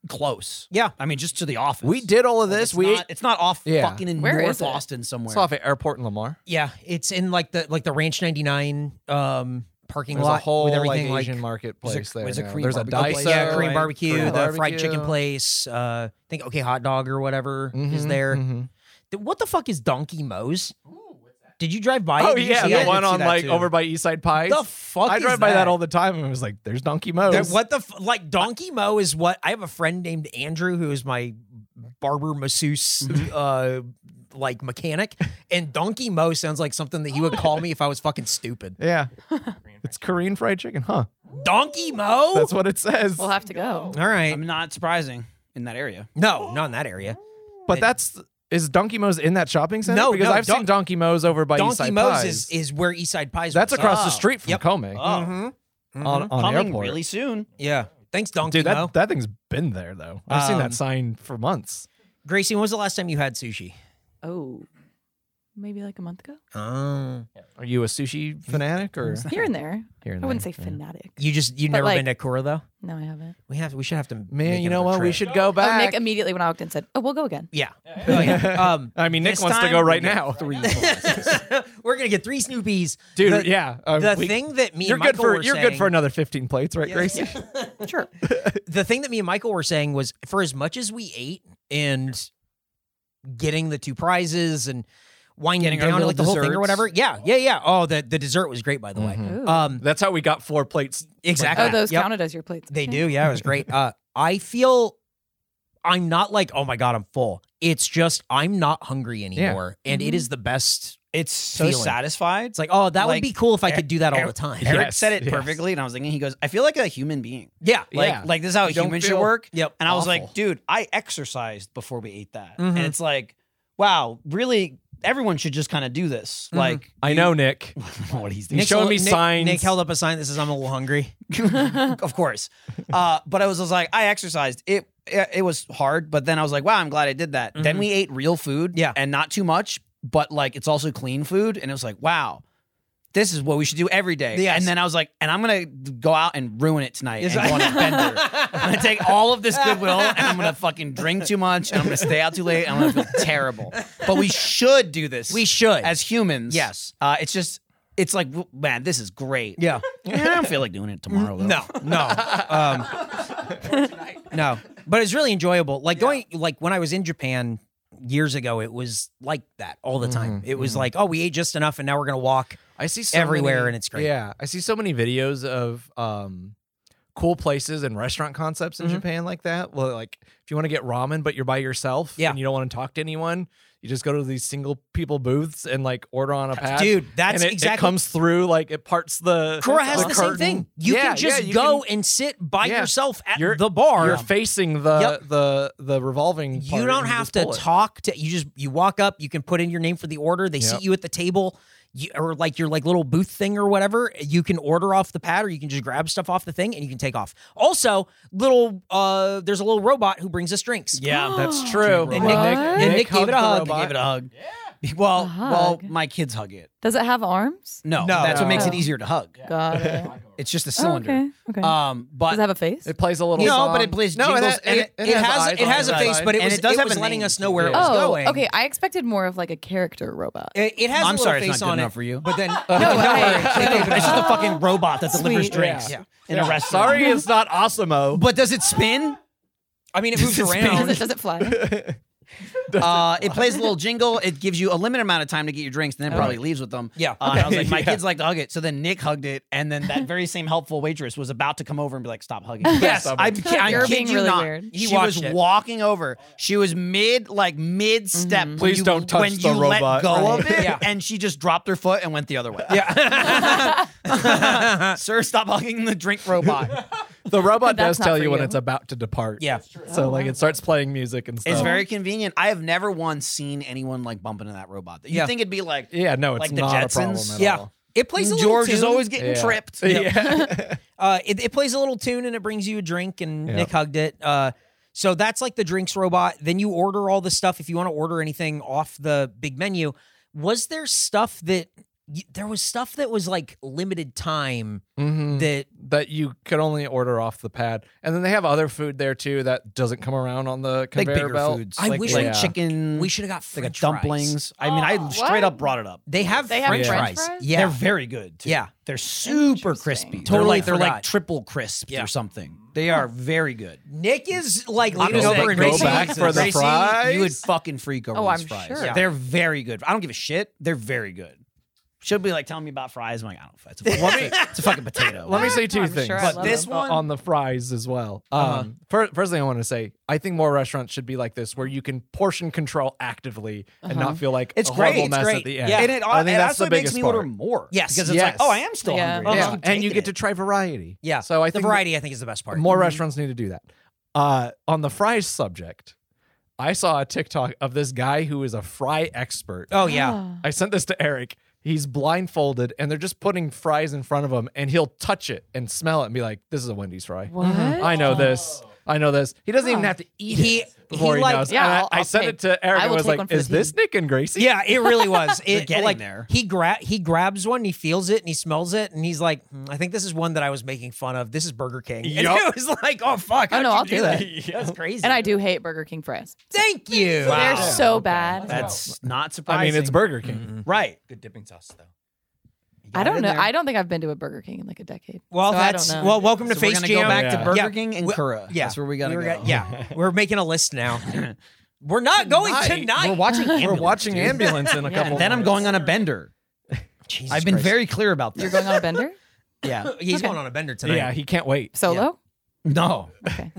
C: close.
A: Yeah.
C: I mean, just to the office.
E: Mm-hmm. We did all of
C: Like,
E: this.
C: It's
E: we
C: not,
E: ate
C: it's not off
E: Yeah.
C: fucking in
D: Where
C: North
D: is it?
C: Austin somewhere.
E: it's off at Airport in Lamar.
A: Yeah. It's in like the, like the Ranch 99, um, parking
E: There's
A: lot
E: a whole
A: with
E: like
A: everything
E: Asian
A: like
E: marketplace there.
C: there's a
E: now.
C: Korean
E: There's a
C: barbecue
E: Daiso.
C: place.
A: yeah, Korean
C: right?
A: barbecue,
E: Korean
A: the fried chicken
E: barbecue.
A: place. Uh, I think okay, hot dog or whatever is
E: Mhm,
A: there.
E: mhm.
A: Th- What the fuck is Donkey Mo's? Did you drive by? it?
E: Oh
A: Did you
E: yeah,
A: see
E: the
A: it?
E: one
C: did see
E: on
C: that
E: like
C: too.
E: over by Eastside Pike.
A: The fuck
E: I
A: is
E: drive by
A: that?
E: that all the time, and it was like, "There's Donkey Mo's."
A: That- what the f- like Donkey Mo is what I have a friend named Andrew who is my barber masseuse
E: Mm-hmm.
A: uh like mechanic and Donkey Mo sounds like something that he would call me if I was fucking stupid.
E: Yeah, it's Korean fried chicken, huh?
A: Donkey Mo?
E: That's what it says.
D: We'll have to go.
A: All right.
C: I'm not surprising in that area.
A: no, not in that area.
E: but that's is Donkey Mo's in that shopping center?
A: No,
E: because
A: no,
E: I've
A: Don-
E: seen Donkey Mo's over by
A: Donkey
E: Eastside
A: Mo's
E: Pies.
A: is, is where Eastside Pies
E: that's
A: was.
E: across
C: Oh,
E: the street from
A: yep.
E: Kome
C: Oh,
A: Mhm.
E: on, Mm-hmm. on
C: coming
E: airport.
C: really soon.
A: Yeah. Thanks, Donkey
E: Dude,
A: Mo.
E: that, that thing's been there though. I've seen
A: Um,
E: that sign for months.
A: Gracie, when was the last time you had sushi?
D: Oh, maybe like a month ago.
A: Oh.
E: Are you a sushi fanatic or
D: Here and there.
E: Here and
D: I wouldn't
E: there,
D: say
E: yeah.
D: fanatic.
A: You just you've
D: But,
A: never
D: like-
A: been to Kura though?
D: No, I haven't.
A: We have we should have to
E: man?
A: make
E: You know
A: another
E: what? We
A: trip.
E: should go
D: Oh,
E: back.
D: Nick immediately when I walked in said, "Oh, we'll go again."
A: Yeah. Oh, yeah. Um
E: I mean, Nick
A: This
E: wants to
A: time
E: go
A: we
E: right
A: get
E: now.
A: we're gonna get three Snoopies.
E: Dude,
A: The-
E: yeah. uh,
A: The
E: we-
A: thing that me
E: You're
A: and
E: good
A: Michael
E: for
A: were
E: you're
A: saying,
E: good for another 15 plates, right, Gracie?
D: Sure.
A: the thing that me and Michael were saying was for as much as we ate and getting the two prizes and winding
C: Getting our
A: down to
C: little
A: like the whole thing or
C: desserts. Mm-hmm.
A: whatever. Yeah, yeah, yeah. Oh, the the dessert was great by the way.
E: Mhm.
D: Ooh.
A: Um
E: That's how we got four plates.
A: exactly.
D: oh, those
A: Yep.
D: counted as your plates.
A: They
D: Okay.
A: do. Yeah, it was great. Uh I feel I'm not like, oh my god, I'm full. It's just I'm not hungry anymore. And it
C: Mm-hmm.
D: Mhm.
A: is the best.
C: It's so
A: Feeling.
C: satisfied.
A: It's like, oh, that would
C: Like,
A: be cool if I could do that all
C: er-
A: the time.
E: er-
C: Eric
E: Yes,
C: said it
E: yes.
C: perfectly, and I was thinking, he goes, I feel like a human being.
A: Yeah.
C: Like,
E: Yeah.
C: like this is how
E: You don't
C: humans should
E: feel-
C: work.
A: Yep.
C: And I was
E: Awful. Mm-hmm.
C: like, dude, I exercised before we ate that.
A: Mhm.
C: And it's like, wow, really, everyone should just kind of do this.
A: Mhm.
C: Like,
E: Mm-hmm. I know, Nick.
C: don't know what he's doing.
E: Nick's showing me
A: Nick,
E: signs.
A: Nick held up a sign that says, "I'm a little hungry."
C: of course. Uh, but I was just like, I exercised. It, it it was hard, but then I was like, wow, I'm glad I did that. Then
A: Mhm.
C: we ate real food,
A: Yeah.
C: and not too much, but like it's also clean food, and it was like, wow. This is what we should do every day.
A: Yes.
C: And then I was like, and I'm gonna go out and ruin it tonight and go on a bender. I'm gonna take all of this goodwill and I'm gonna fucking drink too much and I'm gonna stay out too late and I'm gonna feel terrible. But we should do this.
A: We should.
C: as humans.
A: Yes.
C: Uh, it's just, it's like, w- man, this is great.
A: yeah.
C: I don't feel like doing it tomorrow. Though.
A: No. No. Um, no. But it's really enjoyable. Like going, like when I was in Japan years ago, it was like that all the time.
E: Mm-hmm.
A: It was like, oh, we ate just enough, and now we're gonna walk.
E: I see so
A: everywhere,
E: many-
A: and it's great.
E: Yeah, I see so many videos of um, cool places and restaurant concepts in
A: Mhm.
E: Japan like that. Well, like if you want to get ramen but you're by yourself
A: Yeah.
E: and you don't want to talk to anyone, you just go to these single people booths and like order on a pass.
A: Dude, that's
E: and it, it
A: exactly-
E: comes through like it parts the.
A: Kura has
E: the
A: the same
E: curtain.
A: thing. You
E: Yeah,
A: can just
E: yeah, you
A: go
E: can-
A: and sit by
E: Yeah.
A: yourself at
E: You're-
A: the bar.
E: You're facing the
A: Yep.
E: the the revolving. part
A: you don't
E: and
A: have
E: just
A: to
E: pull it.
A: talk to you just you walk up you can put in your name for the order they
E: Yep.
A: seat you at the table you, or like your like little booth thing or whatever you can order off the pad or you can just grab stuff off the thing and you can take off also little uh there's a little robot who brings us drinks
C: Yeah.
E: That's true.
A: And Nick- and Nick gave
E: hugged
A: it a
E: the
A: hug.
E: robot.
C: Give it a hug. Well,
D: A hug?
C: well, my kids hug it.
D: Does it have arms?
C: No,
A: No.
C: that's what makes it
D: No.
C: easier to hug.
D: Got it.
C: It's just a
D: Oh,
C: cylinder.
D: okay. Okay.
C: Um, but
D: Does it have a face?
E: It plays a little.
C: No,
E: song.
C: but it plays
E: No,
C: jingles,
E: it,
C: and
E: it,
A: it, has
E: eyes
A: it
E: on
A: has
E: the
A: a face
E: side.
A: but it
C: And
A: was
C: it does
A: it
C: have
A: was
C: a
A: letting
C: name.
A: us know where it
E: Yeah.
A: was
D: oh,
A: going
D: okay. I expected more of like a character robot.
A: it, it has
C: I'm
A: a little
C: sorry,
A: face
C: it's not good
A: on
C: enough
A: it
C: for you.
A: but then
D: No,
A: worry.
D: I-
A: They gave it a
C: it's just a
A: hug.
C: fucking robot that delivers
D: Sweet.
C: drinks
E: Yeah.
C: in
E: Yeah.
C: a restaurant.
E: Sorry, it's not Osimo.
C: but does it spin?
A: i mean it moves
C: This is
D: does,
A: around
D: it, does it fly?
C: Uh, it plays a little jingle. It gives you a limited amount of time to get your drinks, and then probably leaves with them.
A: Yeah.
C: Uh, and I was like, my
E: Yeah.
C: kids like to hug it. So then Nick hugged it, and then that very same helpful waitress was about to come over and be like, "Stop hugging." it."
E: Yes.
C: I, I
D: You're
C: kid
D: being
C: you
D: really
C: not.
D: weird.
A: He
C: she was
A: watched it.
C: walking over. She was mid, like mid step.
E: Please
C: you,
E: don't touch
C: when
E: the
C: you
E: robot.
C: Let go
A: Right.
C: of it,
A: Yeah.
C: and she just dropped her foot and went the other way.
A: yeah
C: Sir, stop hugging the drink robot.
E: The robot
D: That's
E: does
D: not
E: tell
D: for
E: you when
D: you. Oh,
E: it's about to depart.
A: yeah
E: So like it starts playing music and stuff.
C: It's very convenient. I have never once seen anyone like bump into that robot. You
A: Yeah.
C: think it'd be like
E: Yeah, no, it's
C: Like the
E: not a problem
C: Jetsons?
E: at
A: yeah
E: all.
A: it plays a little
C: George is
A: tune.
C: always getting
E: Yeah.
C: tripped.
E: Yeah.
A: Uh, it, it plays a little tune and it brings you a drink, and
E: Yeah.
A: Nick hugged it. Uh, so that's like the drinks robot. Then you order all the stuff if you want to order anything off the big menu. Was there stuff that y- there was stuff that was like limited time
E: Mhm.
A: that
E: That you could only order off the pad, and then they have other food there too that doesn't come around on the
C: Like
E: conveyor
C: bigger
E: belt.
C: foods.
A: I
C: like,
A: wish
C: like
E: we-
C: chicken.
A: we should have got
C: Mm. like a
A: French fries.
C: dumplings. I mean, I
D: Oh,
C: straight
D: what?
C: up brought it up.
A: They have
D: They have
A: French,
E: French
A: fries.
D: fries?
A: Yeah,
C: They're very good. Too.
A: Yeah.
C: They're super
D: Interesting.
C: crispy.
A: Totally
C: they're like, they're
A: forgot.
C: like triple crisp
A: Yeah.
C: or something. They are very good.
A: Nick is like
C: I'm
A: leaning
C: gonna
A: over
C: say
A: and
C: go
A: Gracie-
C: back
E: for the
A: Gracie-
E: fries.
C: You would fucking freak over
D: Oh,
C: these
D: I'm
C: fries.
D: sure.
A: Yeah.
C: They're very good. I don't give a shit. They're very good. She'll be like telling me about fries. I'm like, I don't. It's a fucking, it's a fucking potato.
E: Let me say
D: I'm
E: two
D: sure
E: things.
D: I
E: But
D: love
C: this
D: them.
C: one- Uh-huh.
E: on the fries as well. Um, fir- first thing I want to say, I think more restaurants should be like this, where you can portion control actively and
D: Uh-huh.
E: not feel like
A: It's
E: a
A: great,
E: horrible
A: it's
E: mess
A: great.
E: at the end.
A: Yeah.
C: and it,
E: I think
C: it
E: that's the
C: actually makes
E: biggest
C: me
E: part.
C: order more.
A: Yes.
C: because it's
E: Yes.
C: like, oh, I am still
D: Yeah.
C: hungry.
E: Yeah,
C: Just keep
E: and you
C: taking
E: get to
C: it.
E: try variety.
A: Yeah.
E: so I
A: the
E: think
A: variety, I think, is the best part.
E: more restaurants need to do that. Uh, on the fries subject, I saw a TikTok of this guy who is a fry expert.
A: Oh
D: Ah.
A: yeah.
E: I sent this to Eric. He's blindfolded, and they're just putting fries in front of him, and he'll touch it and smell it and be like, "This is a Wendy's fry."
C: Mm-hmm.
D: What?
E: I know this. I know this. He doesn't even
D: Huh.
E: have to eat
A: Ah. He-
E: it before
A: he
E: he,
A: like-
E: knows.
D: Yeah,
E: And I-
D: I'll-
E: I,
D: I'll
E: sent
D: take-
E: it to Eric
D: I
E: and
D: will
E: was
D: take one
E: like,
D: for the
E: "Is this
D: team."
E: Nick and Gracie?"
A: Yeah, it really was.
C: They're
A: It
C: getting
A: like
C: there.
A: he gra- he grabs one, he feels it, and he smells it, and he's like, "Hmm, "I think this is one that I was making fun of. This is Burger King." And
E: Yup.
A: it was like, "Oh fuck!"
D: Oh,
A: how'd
D: no,
A: you
D: I'll do that.
A: That's crazy.
D: And I do hate Burger King fries.
A: Thank you.
C: Wow.
D: They're
C: Oh,
D: so bad.
C: That's not
E: I
C: surprising.
E: mean, it's Burger King.
C: right.
F: Good dipping sauce though. You
D: I
F: got it
D: don't
F: in
D: know.
F: there.
D: I don't think I've been to a Burger King in like a decade.
A: Well,
D: So I
A: that's
D: don't know.
A: well. Welcome to
C: So we're
A: Face
C: gonna
A: Jam.
C: go back
E: Yeah.
C: to Burger
A: Yeah.
C: King and
A: We-
C: Kura.
A: yeah.
C: That's where we gotta
A: We were
C: go.
A: gonna- yeah, we're making a list now. we're not going
E: Tonight.
A: tonight.
C: We're watching.
E: We're
C: Ambulance,
E: watching
C: dude.
E: ambulance in a
D: Yeah.
E: couple.
C: Then I'm going on a bender.
A: Jesus
C: I've been
A: Christ.
C: very clear about
D: You're
C: this.
D: going on a bender?
C: yeah.
A: He's
D: Okay.
A: going on a bender tonight.
E: Yeah, he can't wait.
D: Solo?
C: No.
D: Okay.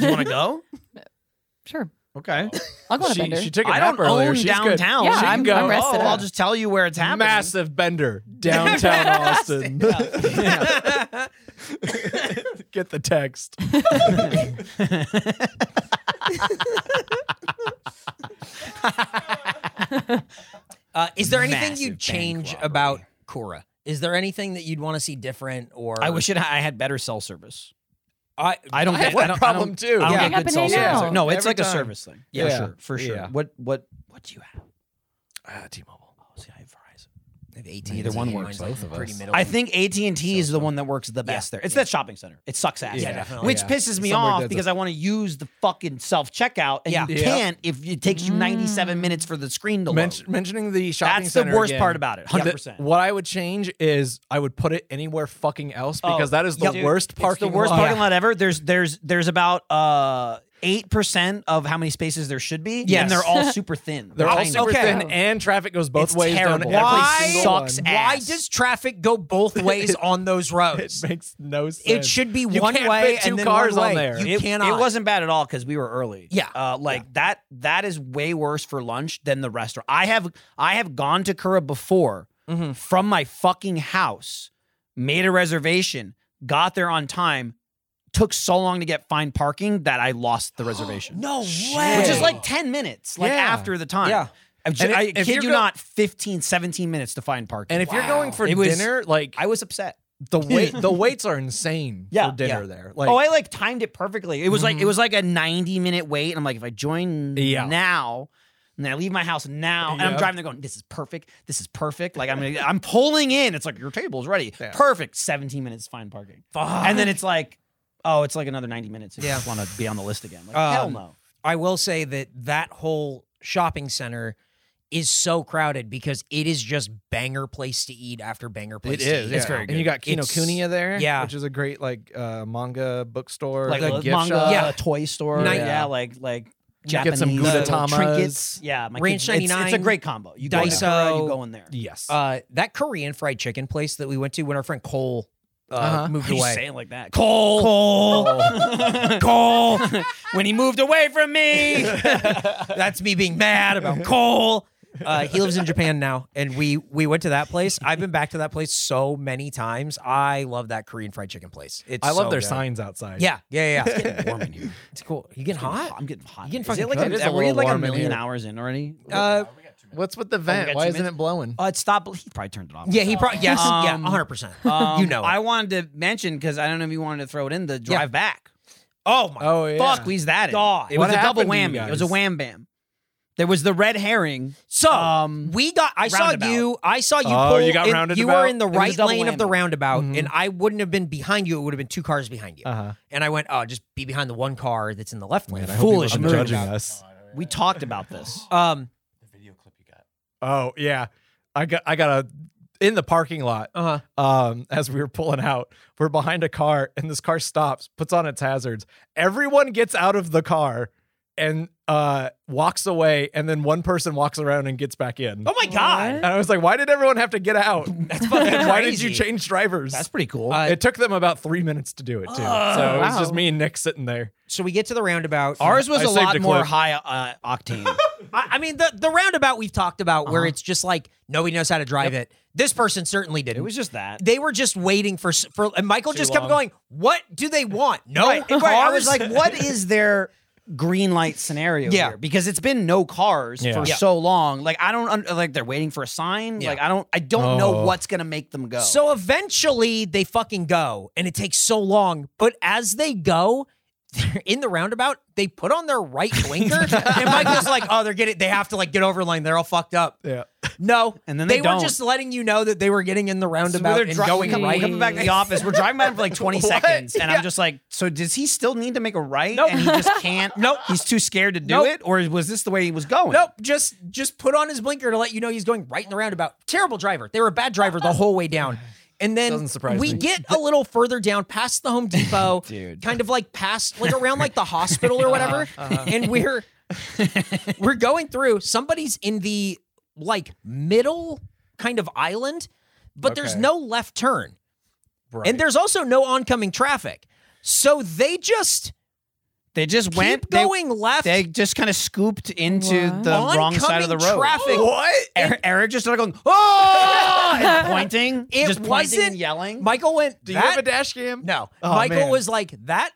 C: You want to go?
D: Sure.
C: Okay.
D: I'll go on a
E: She,
D: bender.
E: she took a
C: I
E: nap
C: don't
E: earlier.
C: own
E: She's good.
C: downtown.
D: Yeah,
C: She can
D: I'm-
C: go,
D: I'm rested
C: oh,
D: up."
C: I'll just tell you where it's happening.
E: Massive bender downtown Austin. Get the text.
A: Uh, is there anything
C: Massive
A: you'd
C: bank
A: change
C: robbery.
A: about Cora? Is there anything that you'd want to see different? Or
C: I wish it, I had better cell service.
A: I
C: I don't
E: I
C: get
E: have that
C: I don't,
E: problem
C: I don't,
E: too.
C: I don't
A: Yeah.
C: get good cell
D: Happening now.
C: service. No, it's
E: Every
C: like a
E: time.
C: service thing. For
E: Yeah.
C: sure. For sure.
E: Yeah.
C: What what what do you have?
E: Ah, T-Mobile.
C: Oh, see, I have Verizon.
A: have AT.
E: Either one works, both of
A: Pretty
E: us.
A: middle.
C: I think AT and T is the one that works the best there. It's that shopping center. It sucks ass.
A: Yeah, definitely.
C: Which
E: Yeah.
C: pisses me
E: Somewhere
C: off
E: that's
C: because
E: a-
C: I want to use the fucking self checkout, and
A: Yeah.
C: you
E: Yeah.
C: can't if it takes you 97 minutes for the screen to load.
E: Men- mentioning the shopping
C: That's the
E: center
C: worst
E: again,
C: part about it. 100.
E: The-
C: percent
E: What I would change is I would put it anywhere fucking else
C: Oh,
E: because that is the
C: yep.
E: worst parking.
C: It's the worst
E: lot.
C: parking lot ever. There's there's there's about uh eight percent of how many spaces there should be,
A: Yes.
C: and they're all super thin.
E: They're all
C: Tiny.
E: super
A: Okay.
E: thin, and traffic goes both
C: It's
E: ways. down
C: terrible.
E: every
A: Why
E: single
C: sucks
E: one.
C: ass?
A: Why does traffic go both ways on those roads?
E: It makes no sense.
A: It should be
E: You
A: one
E: can't
A: way
E: fit two
A: and then
E: cars
A: one way.
E: on there.
A: You
C: it,
A: cannot.
C: It wasn't bad at all because we were early.
A: Yeah.
C: uh, like that. That is way worse for lunch than the restaurant. I have I have gone to Kura before
E: Mm-hmm.
C: from my fucking house, made a reservation, got there on time, took so long to get fine parking that I lost the reservation.
A: No way.
C: which is like ten minutes, like
E: Yeah.
C: after the time.
A: Yeah.
C: I,
E: And if-
C: I
E: if
C: kid
E: you're
C: you
E: go-
C: not, 15, 17 minutes to find parking.
E: And if you're going for
C: It was-
E: dinner, like
C: I was upset.
E: the wait, the waits are insane
C: Yeah,
E: for dinner
C: yeah.
E: there. Like Mm-hmm.
C: oh, I like timed it perfectly. It was like it was like a 90 minute wait. And I'm like, if I join
E: Yeah.
C: now and then I leave my house now and I'm
E: Yeah.
C: driving there going, this is perfect. This is perfect. Like I'm gonna, I'm pulling in. It's like your table's ready.
E: Yeah.
C: Perfect. 17 minutes fine parking. And then it's like, oh, it's like another 90 minutes. If
A: Yeah.
C: you just want to be on the list again. Like,
A: Um,
C: hell no.
A: I will say that that whole shopping center is so crowded because it is just banger place to eat after banger place.
E: it
A: to
E: is.
A: eat.
E: yeah.
A: It's very
E: And you got Kino
A: It's-
E: Kuniya there,
A: yeah.
E: which is a great like uh, manga bookstore,
C: Like
E: like,
C: a
E: gift
C: manga,
E: shop.
A: Yeah.
C: toy store.
A: Night-
C: yeah. like like
E: You get
C: Japanese
E: some
C: little
E: gudetamas.
C: trinkets. Yeah, my
A: Range
C: kids- it's- It's, a
A: 99,
C: great combo. You go, to
A: Daiso.
C: Sakura, you go in there.
E: Yes.
A: Uh, that Korean fried chicken place that we went to when our friend Cole uh,
E: Uh-huh.
A: moved
C: Why you
A: away.
C: saying like that? Cole. Cole. Cole. when he moved away from me.
A: That's me being mad about Cole. Uh, he lives in Japan now, and we we went to that place. I've been back to that place so many times. I love that Korean fried chicken place. It's
E: I love
A: so
E: their
A: good.
E: signs outside.
A: Yeah, yeah, yeah. yeah.
C: warm in here.
A: it's cool. You getting hot?
C: I'm getting hot.
A: You getting
C: Is
A: fucking
C: it like
A: cooked?
C: a,
E: It's a
C: are we
E: little
C: like a
E: warm in
C: million
E: here.
C: hours in already?
E: Oh,
A: Uh,
E: What's with the
C: we
E: vent?
C: got
E: Why
C: two
E: isn't
C: minutes?
E: it blowing?
C: Uh, it stopped. He probably turned it off.
A: yeah, he probably yes, yeah,
C: Um,
A: 100. percent
E: uh,
C: Um,
A: You know, it.
C: I wanted to mention because I don't know if you wanted to throw it in the drive back.
A: oh my
E: oh yeah.
C: Fuck, we's that in.
A: God.
C: It
E: What
C: was a double
E: happened to you
C: whammy. It was a
E: guys?
C: wham bam. There was the red herring.
A: So
C: Um,
A: we got. I saw
C: roundabout.
A: you. I saw you.
E: Oh,
A: pull
E: you got
A: in-
E: roundabout?
A: You were in the
C: It was a
A: right
C: double
A: lane of the
C: whammy.
A: roundabout,
E: Mhm.
A: and I wouldn't have been behind you. It would have been two cars behind you.
E: Uh-huh.
A: And I went, oh, just be behind the one car that's in the left lane.
E: Man, I hope he
A: Foolish
E: wasn't
A: move.
E: judging us.
C: We talked about this.
A: Um,
F: The video clip you got.
E: Oh yeah, I got I got a in the parking lot.
A: uh-huh.
E: Um, as we were pulling out, we're behind a car, and this car stops, puts on its hazards. Everyone gets out of the car and uh, walks away, and then one person walks around and gets back in.
C: Oh my god,
D: What?
E: And I was like, why did everyone have to get out? That's fucking Why did you
A: crazy.
E: change drivers?
C: that's pretty cool.
A: Uh,
E: it took them about three minutes to do it, too. so it was
D: wow.
E: just me and Nick sitting there.
A: So we get to the roundabout.
C: Ours was
E: I
C: a
E: saved
C: lot
E: a
C: more
E: clip.
C: high uh, octane.
A: I, I mean, the, the roundabout we've talked about where
C: Uh-huh.
A: it's just like nobody knows how to drive it. This person certainly didn't.
C: it was just that.
A: they were just waiting for s- for and Michael just kept
E: long.
A: going, "What do they want?" No
C: right,
A: cars.
C: right. I was like, what is their green light scenario
A: Yeah.
C: here? Because it's been no cars
E: Yeah.
C: for
E: Yeah.
C: so long. Like I don't un- like they're waiting for a sign. Like I don't I don't know
E: Oh.
C: what's gonna make them go.
A: So eventually they fucking go, and it takes so long. But as they go, they're in the roundabout, they put on their right blinker, and Michael's like, "Oh, they're getting. They have to like get over line. They're all fucked up."
E: Yeah.
A: No,
C: And then
A: they,
C: they
A: were
C: don't.
A: just letting you know that they were getting in the
C: So
A: roundabout and
C: dri-
A: going
C: come-
A: right.
C: Coming back to the office, we're driving by him for like 20
E: What?
C: seconds, and
E: Yeah.
C: I'm just like, so does he still need to make a right?
A: Nope.
C: And he just can't.
A: Nope.
C: He's too scared to do
A: Nope.
C: it, or was this the way he was going?
A: Nope, just just put on his blinker to let you know he's going right in the roundabout. Terrible driver. They were a bad driver the whole way down. And then
E: Doesn't surprise
A: we
E: me.
A: get a little further down past the Home Depot,
C: Dude.
A: kind of like past like around like the hospital or whatever.
C: Uh-huh.
A: And we're we're going through somebody's in the like middle kind of island, but there's
E: Okay.
A: no left turn.
E: Right.
A: And there's also no oncoming traffic. So they just
C: They just went.
A: keep going left.
C: They, they just kind of scooped into
D: What?
C: the wrong side of the
A: Oncoming
C: road.
A: traffic.
E: What?
C: Er- Eric just started going, oh, and pointing,
A: It
C: just pointing
A: wasn't-
C: and yelling.
A: Michael went.
E: Do you
A: that
E: have a dash cam?
A: No.
E: Oh,
A: Michael
E: man.
A: was like, that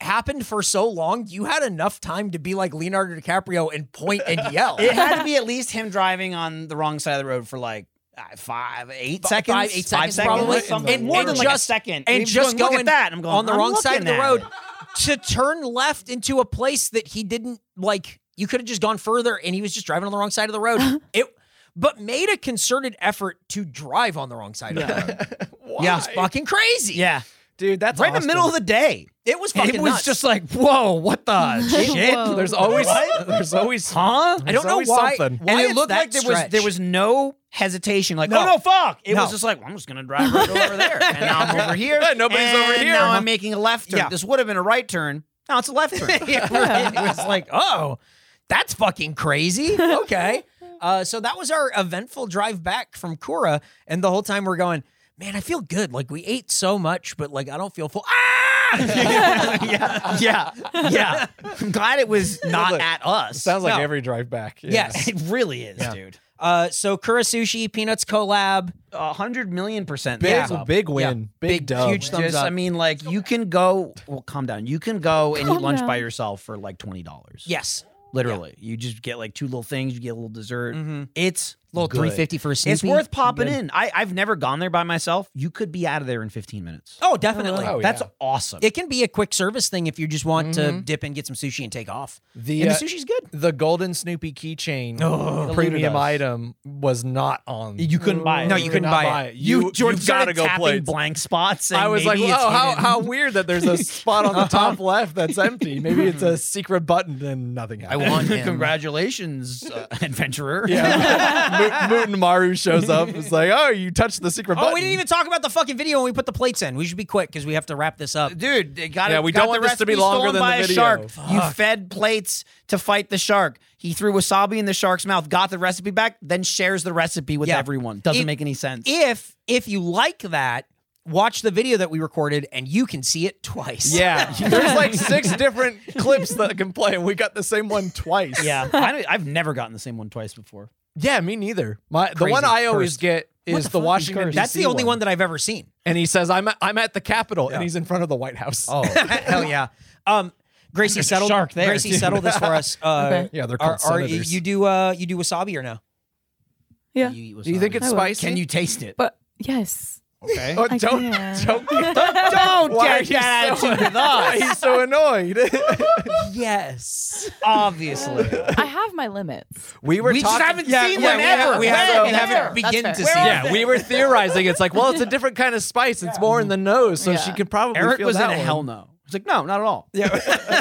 A: happened for so long. You had enough time to be like Leonardo DiCaprio and point and yell.
C: it had to be at least him driving on the wrong side of the road for like uh, five, eight
A: Fi-
C: seconds,
A: five, eight seconds
E: probably.
C: something.
E: And-
C: more
E: and
C: than like a
A: just-
C: second,
A: and
C: He was
A: just
C: going,
A: going
C: look at that. I'm going
A: on the
C: "I'm
A: wrong side of
C: looking
A: the
C: at
A: road
C: it."
A: to turn left into a place that he didn't like. You could have just gone further and he was just driving on the wrong side of the road. it but made a concerted effort to drive on the wrong side of the road.
E: Why?
A: Yeah, it's fucking crazy.
C: Yeah,
E: Dude, that's
C: right in the middle of the day.
A: It was
C: And
A: fucking
C: it was
A: nuts.
C: just like, whoa, what the shit?
D: Whoa.
E: There's always there's always
C: Huh?
A: I don't know
E: always
A: why.
E: something.
A: why
C: and it
A: it's
C: looked
A: that
C: like there was
A: stretch.
C: there was no hesitation. Like,
A: No.
C: oh no, fuck! It
A: No.
C: was just like, well, I'm just gonna drive right over there, and now I'm over here.
E: Yeah, nobody's over
C: and
E: here.
C: Now I'm making a left turn.
A: Yeah.
C: This would have been a right turn. Now it's a left turn.
A: it was like, oh, that's fucking crazy. Okay. Uh, so that was our eventful drive back from Kura. And the whole time we're going, man, I feel good. Like we ate so much, but like I don't feel full. Ah!
C: yeah, yeah, yeah. I'm glad it was not
E: like-
C: at us.
E: sounds like
A: No.
E: every drive back. Yeah.
A: Yes.
C: it really is, dude.
A: Uh, so Kura Sushi, Peanuts Collab.
C: A hundred million percent.
E: Big
C: thumbs up.
E: big win. Big,
A: Big,
E: dub.
A: huge thumbs
C: Just,
A: up.
C: I mean, like you can go. Well, calm down. You can go and eat
D: Calm
C: lunch by
D: down.
C: yourself for like twenty dollars.
A: yes.
C: literally. You just get like two little things. You get a little dessert.
A: Mhm.
C: It's
A: Little
C: good.
A: 350 for a Snoopy.
C: Mm-hmm. It's worth popping in. I, I've never gone there by myself. You could be out of there in 15 minutes.
A: Oh, definitely.
E: Oh,
C: That's
E: yeah.
C: awesome.
A: It can be a quick service thing if you just want to dip and get some sushi and take off.
E: The,
A: and
E: uh,
A: the sushi's good.
E: the golden Snoopy keychain
A: Oh,
C: eluded
E: premium
C: us.
E: item was not on.
C: you couldn't buy it.
A: No, you
E: could
A: couldn't
E: not
A: buy it.
E: You,
C: you, Jordan
E: you've gotta
C: started
E: go
C: tapping
E: plates.
C: blank spots.
E: I was like,
C: maybe it's
E: oh, how,
C: hidden."
E: how weird that there's a spot on the top left that's empty. Maybe it's a secret button and nothing
C: I
E: happened.
C: won. Congratulations, uh, adventurer.
E: yeah. Mo- Moot and Maru shows up. It's like, oh, you touched the secret button.
A: Oh, we didn't even talk about the fucking video when we put the plates in. We should be quick because we have to wrap this up.
C: Dude, they got
E: Yeah,
C: it.
E: we
C: got
E: don't
C: the
E: want this to be
C: recipe
E: longer
C: stolen
E: than
C: by
E: the
C: a
E: video.
C: shark. You fed plates to fight the shark. He threw wasabi in the shark's mouth, got the recipe back, then shares the recipe with
A: Yeah.
C: everyone. Doesn't
A: It-
C: make any sense.
A: if if you like that watch the video that we recorded and you can see it twice
E: Yeah. There's like six different clips that can play, and we got the same one twice.
C: yeah, I don't, I've never gotten the same one twice before.
E: Yeah, me neither. My the
A: Crazy.
E: one I always
A: Cursed.
E: get is the, Washington.
A: that's
E: DC
A: the only one that i've ever seen
E: and he says, "I'm at, I'm at the Capitol," and he's in front of the White House. Oh,
A: hell yeah um gracie
C: There's a
A: settled
C: shark there,
A: gracie
C: dude.
A: settled this for us uh
D: Okay.
E: yeah, they're called
A: are, are- you,
E: senators.
A: you do uh you do wasabi or no
D: Yeah.
C: You eat
E: do you think
C: wasabi.
E: it's
D: I will.
E: spicy?
C: Can you taste it?
D: But yes.
C: Okay.
E: Oh,
D: I
E: don't,
D: can.
E: don't, don't,
C: Why get that attitude with us.
E: He's so annoyed.
A: yes
C: Obviously.
D: I have my limits.
E: we were
C: We just
E: talking-
C: haven't
E: yeah,
C: seen
E: yeah,
C: them
E: we
C: ever.
E: haven't- we
C: Where?
E: haven't- we
C: Where?
E: haven't-
C: There.
A: begin
D: That's
A: to
D: fair.
A: see
D: Where
A: it.
D: are
E: Yeah, we were theorizing. It's like, well, it's a different kind of spice. It's more in the nose, so she
D: Yeah.
E: could probably
C: Eric
E: feel
C: was in
E: that
C: a
E: one.
C: hell no. He's like, no, not at all. Yeah.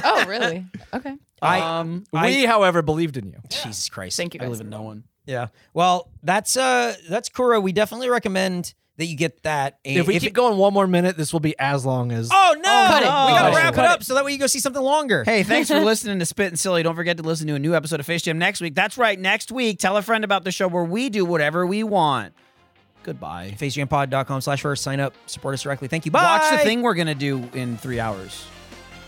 D: Oh, really? Okay.
C: I, um,
E: We, however, believed in you.
A: jesus christ
D: Thank you
C: I
D: guys.
C: believe in no one.
A: Yeah. Well, that's uh that's Kuro. We definitely recommend that you get that. And
E: If we keep going one more minute, this will be as long as.
A: Oh no!
C: Cut it.
A: We gotta
E: Oh.
A: wrap
C: Cut
A: it up so that way you go see something longer.
C: Hey, thanks for listening to Spit and Silly. Don't forget to listen to a new episode of Face Jam next week. That's right, next week. Tell a friend about the show where we do whatever we want. Goodbye.
A: FaceJamPod.com slash first sign up, support us directly. Thank you. Bye.
C: Watch the thing we're going to do in three hours.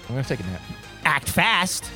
E: I'm going to take a nap.
C: Act fast.